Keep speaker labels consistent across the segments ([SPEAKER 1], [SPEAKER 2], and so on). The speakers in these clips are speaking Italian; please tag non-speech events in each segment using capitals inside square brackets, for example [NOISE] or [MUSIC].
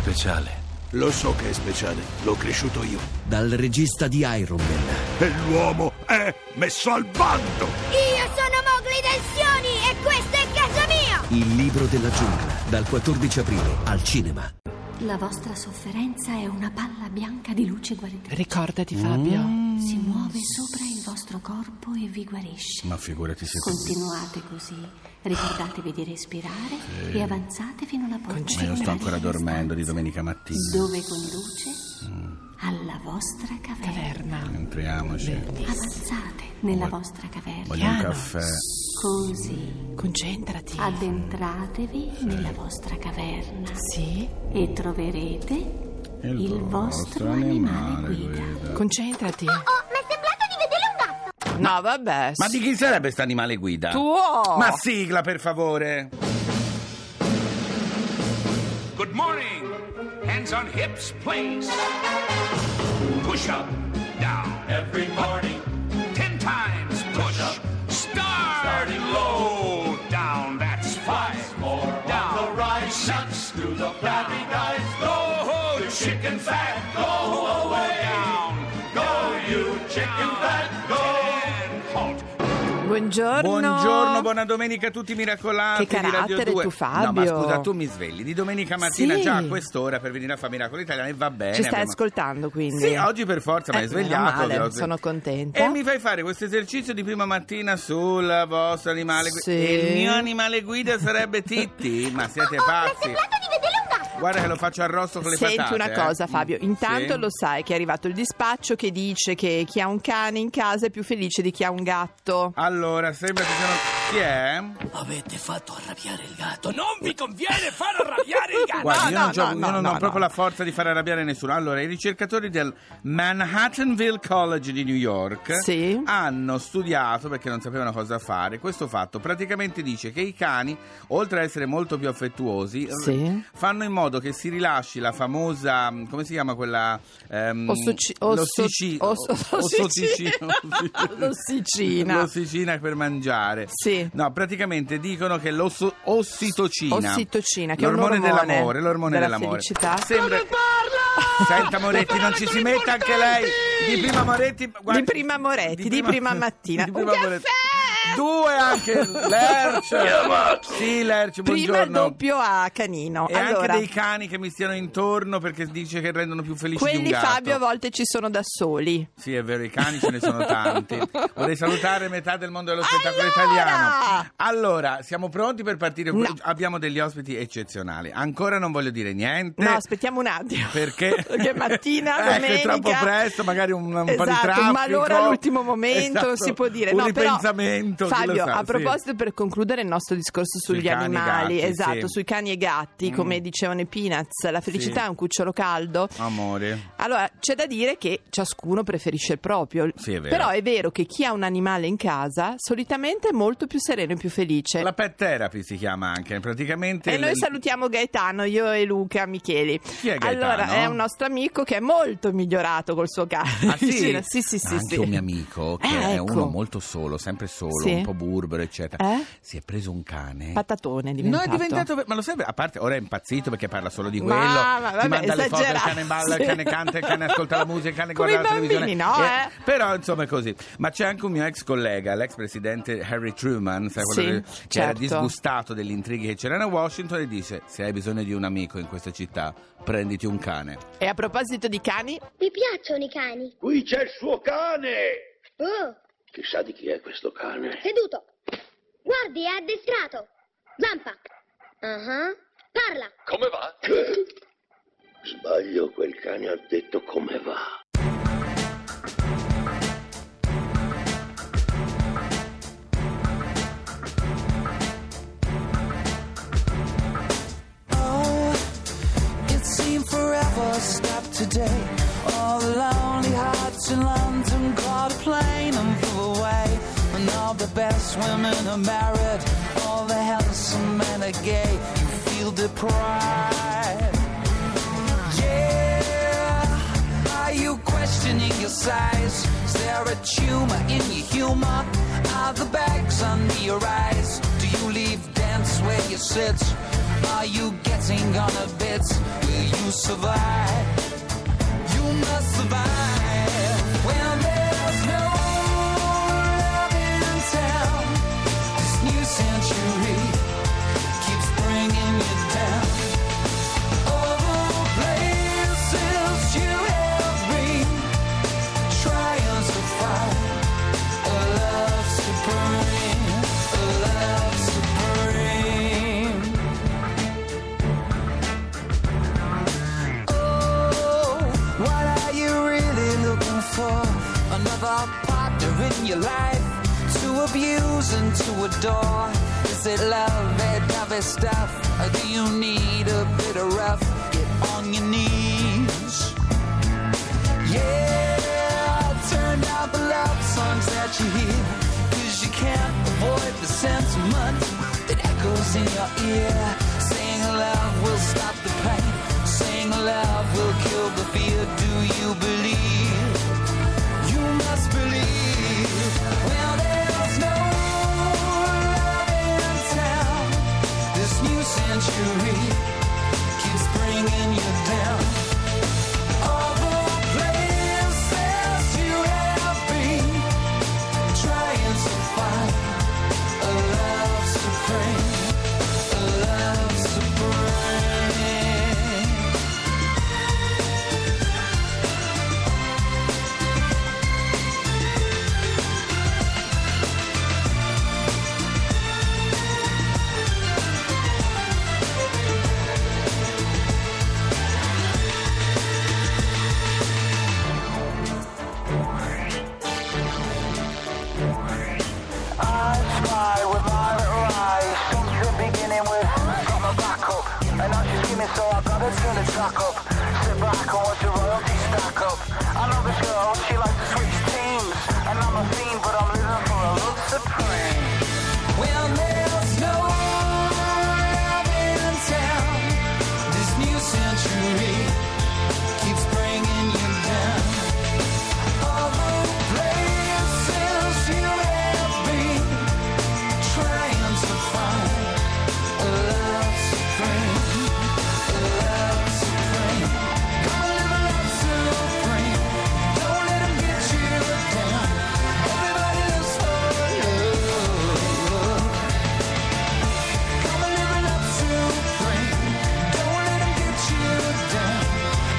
[SPEAKER 1] speciale.
[SPEAKER 2] Lo so che è speciale, l'ho cresciuto io.
[SPEAKER 3] Dal regista di Iron Man,
[SPEAKER 2] E l'uomo è messo al bando!
[SPEAKER 4] Io sono Mowgli Tensioni e questo è casa mia!
[SPEAKER 3] Il libro della giungla, dal 14 aprile al cinema.
[SPEAKER 5] La vostra sofferenza è una palla bianca di luce guarita.
[SPEAKER 6] Ricordati, Fabio.
[SPEAKER 1] Mm.
[SPEAKER 5] Si muove sopra il vostro corpo e vi guarisce.
[SPEAKER 1] Ma figurati se...
[SPEAKER 5] Continuate così, ricordatevi di respirare e avanzate fino alla porta.
[SPEAKER 1] Ma io sto ancora
[SPEAKER 5] centrale.
[SPEAKER 1] dormendo di domenica mattina. Mm.
[SPEAKER 5] Dove conduce? Alla vostra caverna.
[SPEAKER 6] Taverna.
[SPEAKER 1] Entriamoci.
[SPEAKER 5] Avanzate nella vostra caverna.
[SPEAKER 1] Voglio un
[SPEAKER 6] Piano.
[SPEAKER 1] caffè.
[SPEAKER 5] Così,
[SPEAKER 6] Concentrati.
[SPEAKER 5] addentratevi nella vostra caverna
[SPEAKER 6] Sì.
[SPEAKER 1] Eh.
[SPEAKER 5] e troverete
[SPEAKER 1] Il,
[SPEAKER 5] il vostro animale guida.
[SPEAKER 6] Concentrati.
[SPEAKER 4] Oh, mi è sembrato di vedere un gatto!
[SPEAKER 6] No, vabbè.
[SPEAKER 1] Ma di chi sarebbe questo animale guida?
[SPEAKER 6] Tuo!
[SPEAKER 1] Ma sigla, per favore!
[SPEAKER 2] Good morning! Hands on hips, please! Push up, down. Every morning. Ten times push up. Starting low, down. That's five. More down. the rise. Six. Do the flabby guys. Go, ho, chicken fat. Go away. Down. Go, you chicken fat. Go. Ten. Halt.
[SPEAKER 6] Buongiorno.
[SPEAKER 1] Buongiorno, buona domenica a tutti i miracolati
[SPEAKER 6] Che
[SPEAKER 1] di Radio
[SPEAKER 6] carattere
[SPEAKER 1] 2.
[SPEAKER 6] tu, Fabio.
[SPEAKER 1] No, ma scusa, tu mi svegli di domenica mattina
[SPEAKER 6] Sì.
[SPEAKER 1] già a quest'ora per venire a fare Miracolo Italia e va bene.
[SPEAKER 6] Ci stai
[SPEAKER 1] abbiamo-
[SPEAKER 6] ascoltando quindi?
[SPEAKER 1] Sì, oggi per forza mi
[SPEAKER 6] Eh,
[SPEAKER 1] hai svegliato.
[SPEAKER 6] meno male,
[SPEAKER 1] ovvio.
[SPEAKER 6] sono contenta.
[SPEAKER 1] E mi fai fare questo esercizio di prima mattina sul vostro animale guida.
[SPEAKER 6] Sì.
[SPEAKER 1] Il mio animale guida
[SPEAKER 6] [LAUGHS]
[SPEAKER 1] sarebbe Titti, ma siete
[SPEAKER 4] Oh,
[SPEAKER 1] pazzi.
[SPEAKER 4] Mi è sembrato di vedere un gatto!
[SPEAKER 1] Guarda che lo faccio arrosto con le
[SPEAKER 6] Senti
[SPEAKER 1] patate.
[SPEAKER 6] una
[SPEAKER 1] eh.
[SPEAKER 6] cosa, Fabio.
[SPEAKER 1] Mm.
[SPEAKER 6] Intanto
[SPEAKER 1] Sì.
[SPEAKER 6] lo sai che è arrivato il dispaccio che dice che chi ha un cane in casa è più felice di chi ha un gatto.
[SPEAKER 1] Allora, sembra che siano... Chi è?
[SPEAKER 3] Avete fatto arrabbiare il gatto.
[SPEAKER 2] Non vi conviene far arrabbiare i gatti.
[SPEAKER 1] Guarda,
[SPEAKER 6] no,
[SPEAKER 1] io
[SPEAKER 6] no,
[SPEAKER 1] non, gioco-
[SPEAKER 6] no,
[SPEAKER 1] io non
[SPEAKER 6] no,
[SPEAKER 1] ho
[SPEAKER 6] no,
[SPEAKER 1] proprio
[SPEAKER 6] no.
[SPEAKER 1] la forza di far arrabbiare nessuno. Allora, i ricercatori del Manhattanville College di New York
[SPEAKER 6] Sì.
[SPEAKER 1] hanno studiato, perché non sapevano cosa fare, questo fatto. Praticamente dice che i cani, oltre a essere molto più affettuosi,
[SPEAKER 6] Sì.
[SPEAKER 1] fanno in modo che si rilasci la famosa, mh, come si chiama quella? Ehm,
[SPEAKER 6] Ossoci- osso-
[SPEAKER 1] l'ossici-
[SPEAKER 6] osso-
[SPEAKER 1] o-
[SPEAKER 6] ossicina.
[SPEAKER 1] ossicina.
[SPEAKER 6] [LAUGHS] L'ossicina.
[SPEAKER 1] L'ossicina per mangiare.
[SPEAKER 6] Sì.
[SPEAKER 1] No, praticamente dicono che l'ossitocina.
[SPEAKER 6] Ossitocina, che è un
[SPEAKER 1] l'ormone
[SPEAKER 6] ormone
[SPEAKER 1] dell'amore, l'ormone
[SPEAKER 6] della
[SPEAKER 1] dell'amore.
[SPEAKER 6] felicità.
[SPEAKER 1] Sembra... Senta Moretti, non ci si metta anche lei. Di prima Moretti, guardi-
[SPEAKER 6] Di prima Moretti, di prima mattina.
[SPEAKER 1] Di
[SPEAKER 6] Un
[SPEAKER 1] prima
[SPEAKER 6] caffè!
[SPEAKER 1] Moretti. Due anche Lerch. Sì, Lerch,
[SPEAKER 6] Prima il
[SPEAKER 1] buongiorno.
[SPEAKER 6] doppio a canino.
[SPEAKER 1] E
[SPEAKER 6] allora,
[SPEAKER 1] anche dei cani che mi stiano intorno perché dice che rendono più felici di un
[SPEAKER 6] quelli
[SPEAKER 1] gatto.
[SPEAKER 6] Fabio a volte ci sono da soli.
[SPEAKER 1] Sì, è vero, i cani ce ne
[SPEAKER 6] [LAUGHS]
[SPEAKER 1] sono tanti. Vorrei salutare metà del mondo dello spettacolo
[SPEAKER 6] Allora!
[SPEAKER 1] italiano. Allora, siamo pronti per partire?
[SPEAKER 6] No.
[SPEAKER 1] Abbiamo degli ospiti eccezionali. Ancora non voglio dire niente.
[SPEAKER 6] No, aspettiamo un attimo.
[SPEAKER 1] Eh, Perché?
[SPEAKER 6] [LAUGHS] Perché mattina,
[SPEAKER 1] [LAUGHS] Ecco,
[SPEAKER 6] domenica.
[SPEAKER 1] è troppo presto, magari un, un po' di
[SPEAKER 6] Esatto,
[SPEAKER 1] traffico.
[SPEAKER 6] ma allora all'ultimo momento
[SPEAKER 1] Esatto,
[SPEAKER 6] non si può dire.
[SPEAKER 1] Un
[SPEAKER 6] No, però,
[SPEAKER 1] ripensamento. chi lo
[SPEAKER 6] Fabio,
[SPEAKER 1] sa,
[SPEAKER 6] a
[SPEAKER 1] sì.
[SPEAKER 6] proposito, per concludere il nostro discorso
[SPEAKER 1] Sui
[SPEAKER 6] sugli
[SPEAKER 1] cani e
[SPEAKER 6] animali,
[SPEAKER 1] gatti,
[SPEAKER 6] esatto,
[SPEAKER 1] sì. Mm.
[SPEAKER 6] sui cani e gatti, come dicevano i Peanuts, la felicità
[SPEAKER 1] Sì.
[SPEAKER 6] è un cucciolo caldo.
[SPEAKER 1] Amore.
[SPEAKER 6] Allora, c'è da dire che ciascuno preferisce il proprio.
[SPEAKER 1] Sì, è vero.
[SPEAKER 6] Però eh, è vero che chi ha un animale in casa solitamente è molto più sereno e più felice.
[SPEAKER 1] La pet therapy si chiama anche, praticamente.
[SPEAKER 6] E
[SPEAKER 1] il-
[SPEAKER 6] noi salutiamo Gaetano, io e Luca Micheli.
[SPEAKER 1] Chi è Gaetano?
[SPEAKER 6] Allora, è un nostro amico che è molto migliorato col suo cane.
[SPEAKER 1] Ah, sì?
[SPEAKER 6] [LAUGHS] sì, sì, sì.
[SPEAKER 1] Ma anche
[SPEAKER 6] sì.
[SPEAKER 1] un mio amico che
[SPEAKER 6] Eh,
[SPEAKER 1] è
[SPEAKER 6] ecco.
[SPEAKER 1] uno molto solo, sempre solo,
[SPEAKER 6] Sì.
[SPEAKER 1] un po' burbero, eccetera.
[SPEAKER 6] Eh?
[SPEAKER 1] Si è preso un cane.
[SPEAKER 6] Patatone è
[SPEAKER 1] No,
[SPEAKER 6] diventato.
[SPEAKER 1] è diventato. Ma lo sai, a parte ora è impazzito perché parla solo di quello.
[SPEAKER 6] Ma- ma-
[SPEAKER 1] ti
[SPEAKER 6] vabbè,
[SPEAKER 1] manda le foto, il
[SPEAKER 6] esagerato.
[SPEAKER 1] cane balla, il cane canta, il cane ascolta la musica, il cane
[SPEAKER 6] Come
[SPEAKER 1] guarda la
[SPEAKER 6] i
[SPEAKER 1] televisione.
[SPEAKER 6] bambini, no, eh?
[SPEAKER 1] Però insomma è così. Ma c'è anche un mio ex collega, l'ex presidente Harry Truman, sai quello
[SPEAKER 6] Sì,
[SPEAKER 1] che, che era
[SPEAKER 6] certo.
[SPEAKER 1] disgustato degli intrighi che c'erano a Washington e disse: Se hai bisogno di un amico in questa città, prenditi un cane.
[SPEAKER 6] E a proposito di cani,
[SPEAKER 4] Mi piacciono i cani!
[SPEAKER 7] Qui c'è il suo cane!
[SPEAKER 4] Oh,
[SPEAKER 7] Chissà di chi è questo cane.
[SPEAKER 4] seduto! Guardi, è addestrato! Zampa! Ah, ah. Parla!
[SPEAKER 7] Come va? Sbaglio, quel cane ha detto come va.
[SPEAKER 8] It seemed forever, stopped today. All the lonely hearts in London caught a plane and flew away. And all the best women are married, all the handsome men are gay. You feel deprived. Yeah, are you questioning your size? Is there a tumor in your humor? Are the bags under your eyes? Do you leave dance where you sit? Are you getting on a bit? Will you survive? You must survive. Well, there's no love in town. This new century keeps bringing you down. Over places you have been, trying to find a love supreme, a love supreme. Oh, what are you really looking for? Another partner in your life to abuse and to adore. Is it love that lovey stuff? Or do you need a bit of rough? Get on your knees. Yeah, turn out the love songs that you hear. Cause you can't avoid the sentiment that echoes in your ear. Saying love will stop the pain. Saying love will kill the fear. Do you believe? You must believe. Well, there's no love in town. This new century keeps bringing you down. All the places you have been, trying to find a love supreme, a love supreme.
[SPEAKER 9] spy with violet eyes. Things are beginning with got my back up. And now she's screaming, so I gotta turn the track up. Sit back and watch the royalty stack up. I know this girl, she likes to switch teams. And I'm a fiend, but I'm living for a love supreme.
[SPEAKER 8] Well, there's no love in town. This new century keeps bringing you down. All the places you have been, trying to find a love supreme, a love supreme. Come and live a love supreme. Don't let 'em get you down. Everybody lives for love. Come and live a love supreme. Don't let 'em get you down.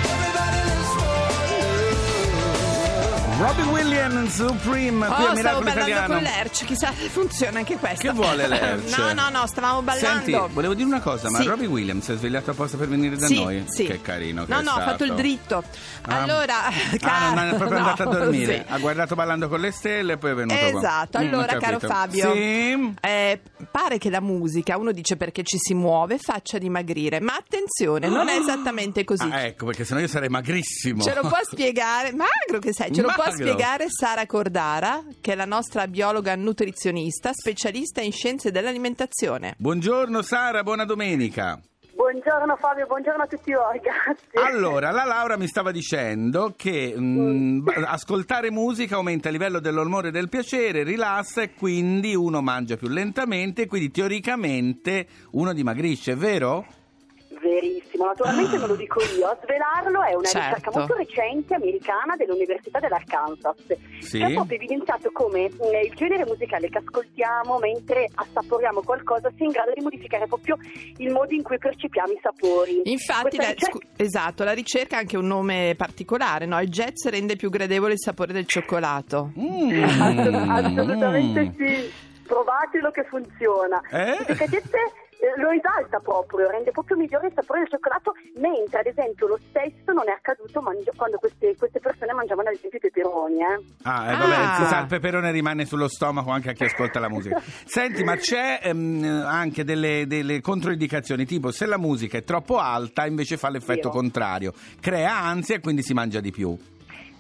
[SPEAKER 8] Everybody lives for love.
[SPEAKER 1] Robbie Williams, Supreme, qui a
[SPEAKER 6] Oh, stavo
[SPEAKER 1] Miracolo
[SPEAKER 6] ballando
[SPEAKER 1] Italiano.
[SPEAKER 6] con l'Erc, chissà se funziona anche questa. [LAUGHS]
[SPEAKER 1] Che vuole l'Erc?
[SPEAKER 6] No, no, no, stavamo ballando.
[SPEAKER 1] Senti, volevo dire una cosa, ma
[SPEAKER 6] Sì.
[SPEAKER 1] Robbie Williams si è svegliato apposta per venire da
[SPEAKER 6] Sì,
[SPEAKER 1] noi?
[SPEAKER 6] sì.
[SPEAKER 1] Che carino che
[SPEAKER 6] No,
[SPEAKER 1] è
[SPEAKER 6] no, ha fatto il
[SPEAKER 1] stato.
[SPEAKER 6] dritto.
[SPEAKER 1] Ah.
[SPEAKER 6] Allora,
[SPEAKER 1] Ah, non è
[SPEAKER 6] caro-
[SPEAKER 1] proprio andato
[SPEAKER 6] [LAUGHS]
[SPEAKER 1] a
[SPEAKER 6] no,
[SPEAKER 1] dormire.
[SPEAKER 6] sì.
[SPEAKER 1] Ha guardato Ballando con le stelle e poi è venuto qua.
[SPEAKER 6] Esatto,
[SPEAKER 1] Mm, ho
[SPEAKER 6] allora caro
[SPEAKER 1] capito.
[SPEAKER 6] Fabio,
[SPEAKER 1] Sì?
[SPEAKER 6] eh, pare che la musica, uno dice perché ci si muove, faccia dimagrire, ma attenzione, non è esattamente così.
[SPEAKER 1] Ah, ecco, perché sennò io sarei magrissimo.
[SPEAKER 6] Ce lo può spiegare, magro che sei, ce lo può
[SPEAKER 1] Magro.
[SPEAKER 6] spiegare Sara Cordara, che è la nostra biologa nutrizionista, specialista in scienze dell'alimentazione.
[SPEAKER 1] [LAUGHS] Buongiorno Sara, buona domenica.
[SPEAKER 10] Buongiorno Fabio, buongiorno a tutti voi, [LAUGHS] grazie.
[SPEAKER 1] Allora, la Laura mi stava dicendo che mh, ba- ascoltare musica aumenta il livello dell'ormone del piacere, rilassa e quindi uno mangia più lentamente e quindi teoricamente uno dimagrisce, è vero?
[SPEAKER 10] Verissimo, naturalmente ve lo dico io, a svelarlo è una
[SPEAKER 6] Certo.
[SPEAKER 10] ricerca molto recente americana dell'Università dell'Arkansas
[SPEAKER 1] Sì.
[SPEAKER 10] che ha proprio evidenziato come eh, il genere musicale che ascoltiamo mentre assaporiamo qualcosa sia in grado di modificare proprio il modo in cui percepiamo i sapori.
[SPEAKER 6] Infatti,
[SPEAKER 10] Questa
[SPEAKER 6] la,
[SPEAKER 10] ricerca-
[SPEAKER 6] scu- esatto, la ricerca ha anche un nome particolare, no? Il jazz rende più gradevole il sapore del cioccolato.
[SPEAKER 1] Mm.
[SPEAKER 10] Assolut- [LAUGHS] assolutamente
[SPEAKER 1] Mm.
[SPEAKER 10] sì, provatelo che funziona.
[SPEAKER 1] Eh?
[SPEAKER 10] Delicatezze, eh, lo esalta proprio, rende proprio migliore il sapore del cioccolato, mentre ad esempio lo stesso non è accaduto mangi- quando queste, queste persone mangiavano ad esempio i peperoni. eh.
[SPEAKER 1] Ah, eh, vabbè,
[SPEAKER 6] Ah.
[SPEAKER 1] si sa, il peperone rimane sullo stomaco anche a chi ascolta la musica. Senti, ma c'è ehm, anche delle, delle controindicazioni, tipo se la musica è troppo alta invece fa l'effetto
[SPEAKER 10] Vero.
[SPEAKER 1] contrario, crea ansia e quindi si mangia di più.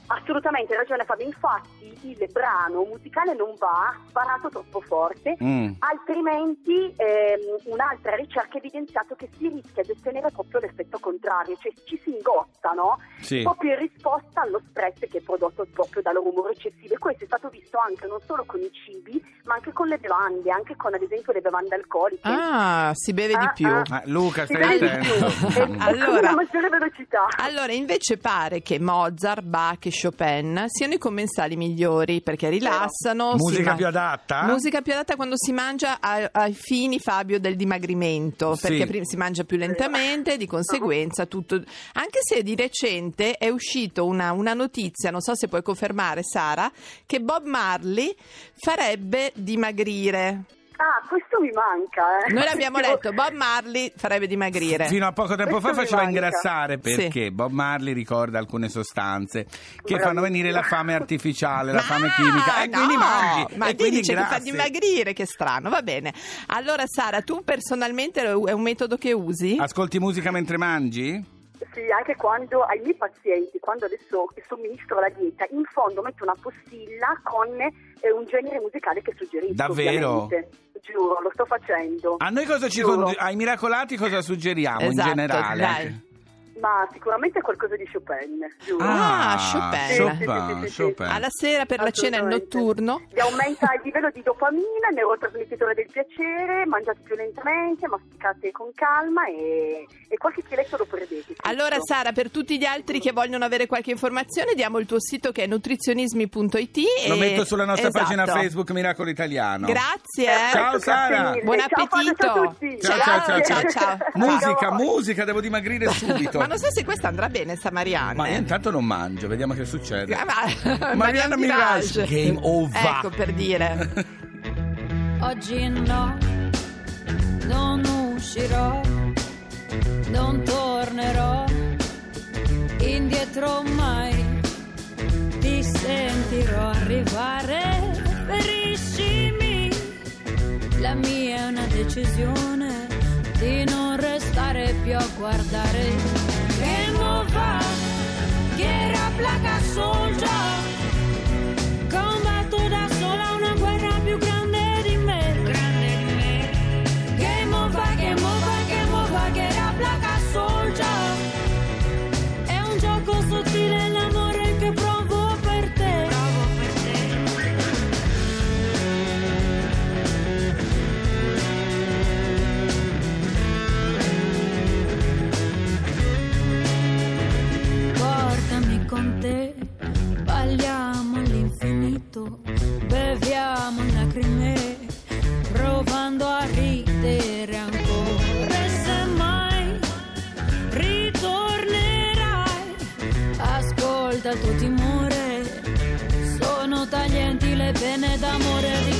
[SPEAKER 10] assolutamente ragione Fabio, infatti il brano musicale non va sparato troppo forte,
[SPEAKER 1] Mm.
[SPEAKER 10] altrimenti ehm, un'altra ricerca ha evidenziato che si rischia di ottenere proprio l'effetto contrario, cioè ci si ingotta, no?
[SPEAKER 1] Sì.
[SPEAKER 10] Proprio in risposta allo stress che è prodotto proprio dal rumore eccessivo e questo è stato visto anche non solo con i cibi, ma anche con le bevande, anche con ad esempio le bevande alcoliche.
[SPEAKER 6] Ah, si beve di
[SPEAKER 10] Ah,
[SPEAKER 6] più.
[SPEAKER 10] ah.
[SPEAKER 1] Ah, Luca,
[SPEAKER 10] Si
[SPEAKER 1] stai
[SPEAKER 10] vede di più.
[SPEAKER 1] attento.
[SPEAKER 10] E- e con
[SPEAKER 6] Allora-
[SPEAKER 10] una maggiore velocità.
[SPEAKER 6] Allora, invece pare che Mozart, Bach e Chopin siano i commensali migliori perché rilassano. si
[SPEAKER 1] Musica
[SPEAKER 6] ma-
[SPEAKER 1] più adatta?
[SPEAKER 6] Musica più adatta quando si mangia a- ai fini, Fabio, del dimagrimento,
[SPEAKER 1] Sì.
[SPEAKER 6] perché prima si mangia più lentamente, di conseguenza tutto... Anche se di recente è uscita una, una notizia, non so se puoi confermare Sara, che Bob Marley farebbe dimagrire.
[SPEAKER 10] Ah, questo mi manca, eh.
[SPEAKER 6] Noi l'abbiamo
[SPEAKER 10] Devo-
[SPEAKER 6] letto, Bob Marley farebbe dimagrire.
[SPEAKER 1] Fino a poco tempo fa
[SPEAKER 10] Questo mi
[SPEAKER 1] faceva
[SPEAKER 10] manca.
[SPEAKER 1] ingrassare perché Bob Marley ricorda alcune sostanze che fanno
[SPEAKER 10] Bravissimo.
[SPEAKER 1] venire la fame artificiale, la
[SPEAKER 6] Ma
[SPEAKER 1] fame chimica. E quindi
[SPEAKER 6] no,
[SPEAKER 1] mangi.
[SPEAKER 6] Ma
[SPEAKER 1] e
[SPEAKER 6] ti
[SPEAKER 1] quindi
[SPEAKER 6] dice che fa
[SPEAKER 1] ingrassi.
[SPEAKER 6] dimagrire, che strano, va bene. Allora Sara, tu personalmente lo- è un metodo che usi?
[SPEAKER 1] Ascolti musica mentre mangi?
[SPEAKER 10] Sì, anche quando ai miei pazienti, quando adesso somministro la dieta, in fondo metto una postilla con eh, un genere musicale che suggerisco.
[SPEAKER 1] Davvero? Ah,
[SPEAKER 10] ovviamente. Giuro, lo sto facendo.
[SPEAKER 1] A noi cosa ci
[SPEAKER 10] Giuro.
[SPEAKER 1] con- ai miracolati cosa suggeriamo
[SPEAKER 6] Esatto,
[SPEAKER 1] in generale?
[SPEAKER 6] dai.
[SPEAKER 10] Ma sicuramente qualcosa di Chopin, giuro.
[SPEAKER 6] Ah,
[SPEAKER 10] Sì,
[SPEAKER 6] Chopin.
[SPEAKER 10] sì, sì, sì, sì, sì.
[SPEAKER 1] Chopin.
[SPEAKER 6] Alla sera per la cena e il
[SPEAKER 10] Assolutamente.
[SPEAKER 6] notturno?
[SPEAKER 10] Vi aumenta il livello di dopamina, neurotrasmettitore del piacere, mangiate più lentamente, masticate con calma e, e qualche chiletto lo prendete.
[SPEAKER 6] Allora
[SPEAKER 10] giusto?
[SPEAKER 6] Sara, per tutti gli altri che vogliono avere qualche informazione, diamo il tuo sito che è nutrizionismi.it
[SPEAKER 1] Lo
[SPEAKER 6] e-
[SPEAKER 1] metto sulla nostra
[SPEAKER 6] Esatto.
[SPEAKER 1] pagina Facebook Miracolo Italiano.
[SPEAKER 6] Grazie. eh.
[SPEAKER 10] Perfetto,
[SPEAKER 1] Ciao,
[SPEAKER 10] grazie
[SPEAKER 1] Sara.
[SPEAKER 10] mille.
[SPEAKER 6] Buon
[SPEAKER 10] Ciao, Fabio, ciao a
[SPEAKER 6] appetito.
[SPEAKER 10] tutti.
[SPEAKER 1] Ciao, ciao, ciao, ciao.
[SPEAKER 6] ciao.
[SPEAKER 1] Musica, musica,
[SPEAKER 6] [LAUGHS]
[SPEAKER 1] devo dimagrire subito.
[SPEAKER 6] Ma non so se questa andrà bene, sta Marianne.
[SPEAKER 1] Ma io intanto non mangio, vediamo che succede.
[SPEAKER 6] Ah, ma- [LAUGHS]
[SPEAKER 1] Marianne Mirage. Game over.
[SPEAKER 6] Ecco per dire.
[SPEAKER 11] Oggi no, non uscirò, non tornerò indietro mai. Ti sentirò arrivare, feriscimi. La mia è una decisione di non restare più a guardare. Game over, guerra placa soldier. Combatto da sola una guerra più grande di me. Grande di me. Game over, game over, game over, che la placa soldier. È un gioco sottile l'amore che provo per te. Provo per te. Portami con te, balliamo all'infinito, beviamo lacrime, provando a ridere ancora. E se mai ritornerai, ascolta il tuo timore, sono taglienti le pene d'amore di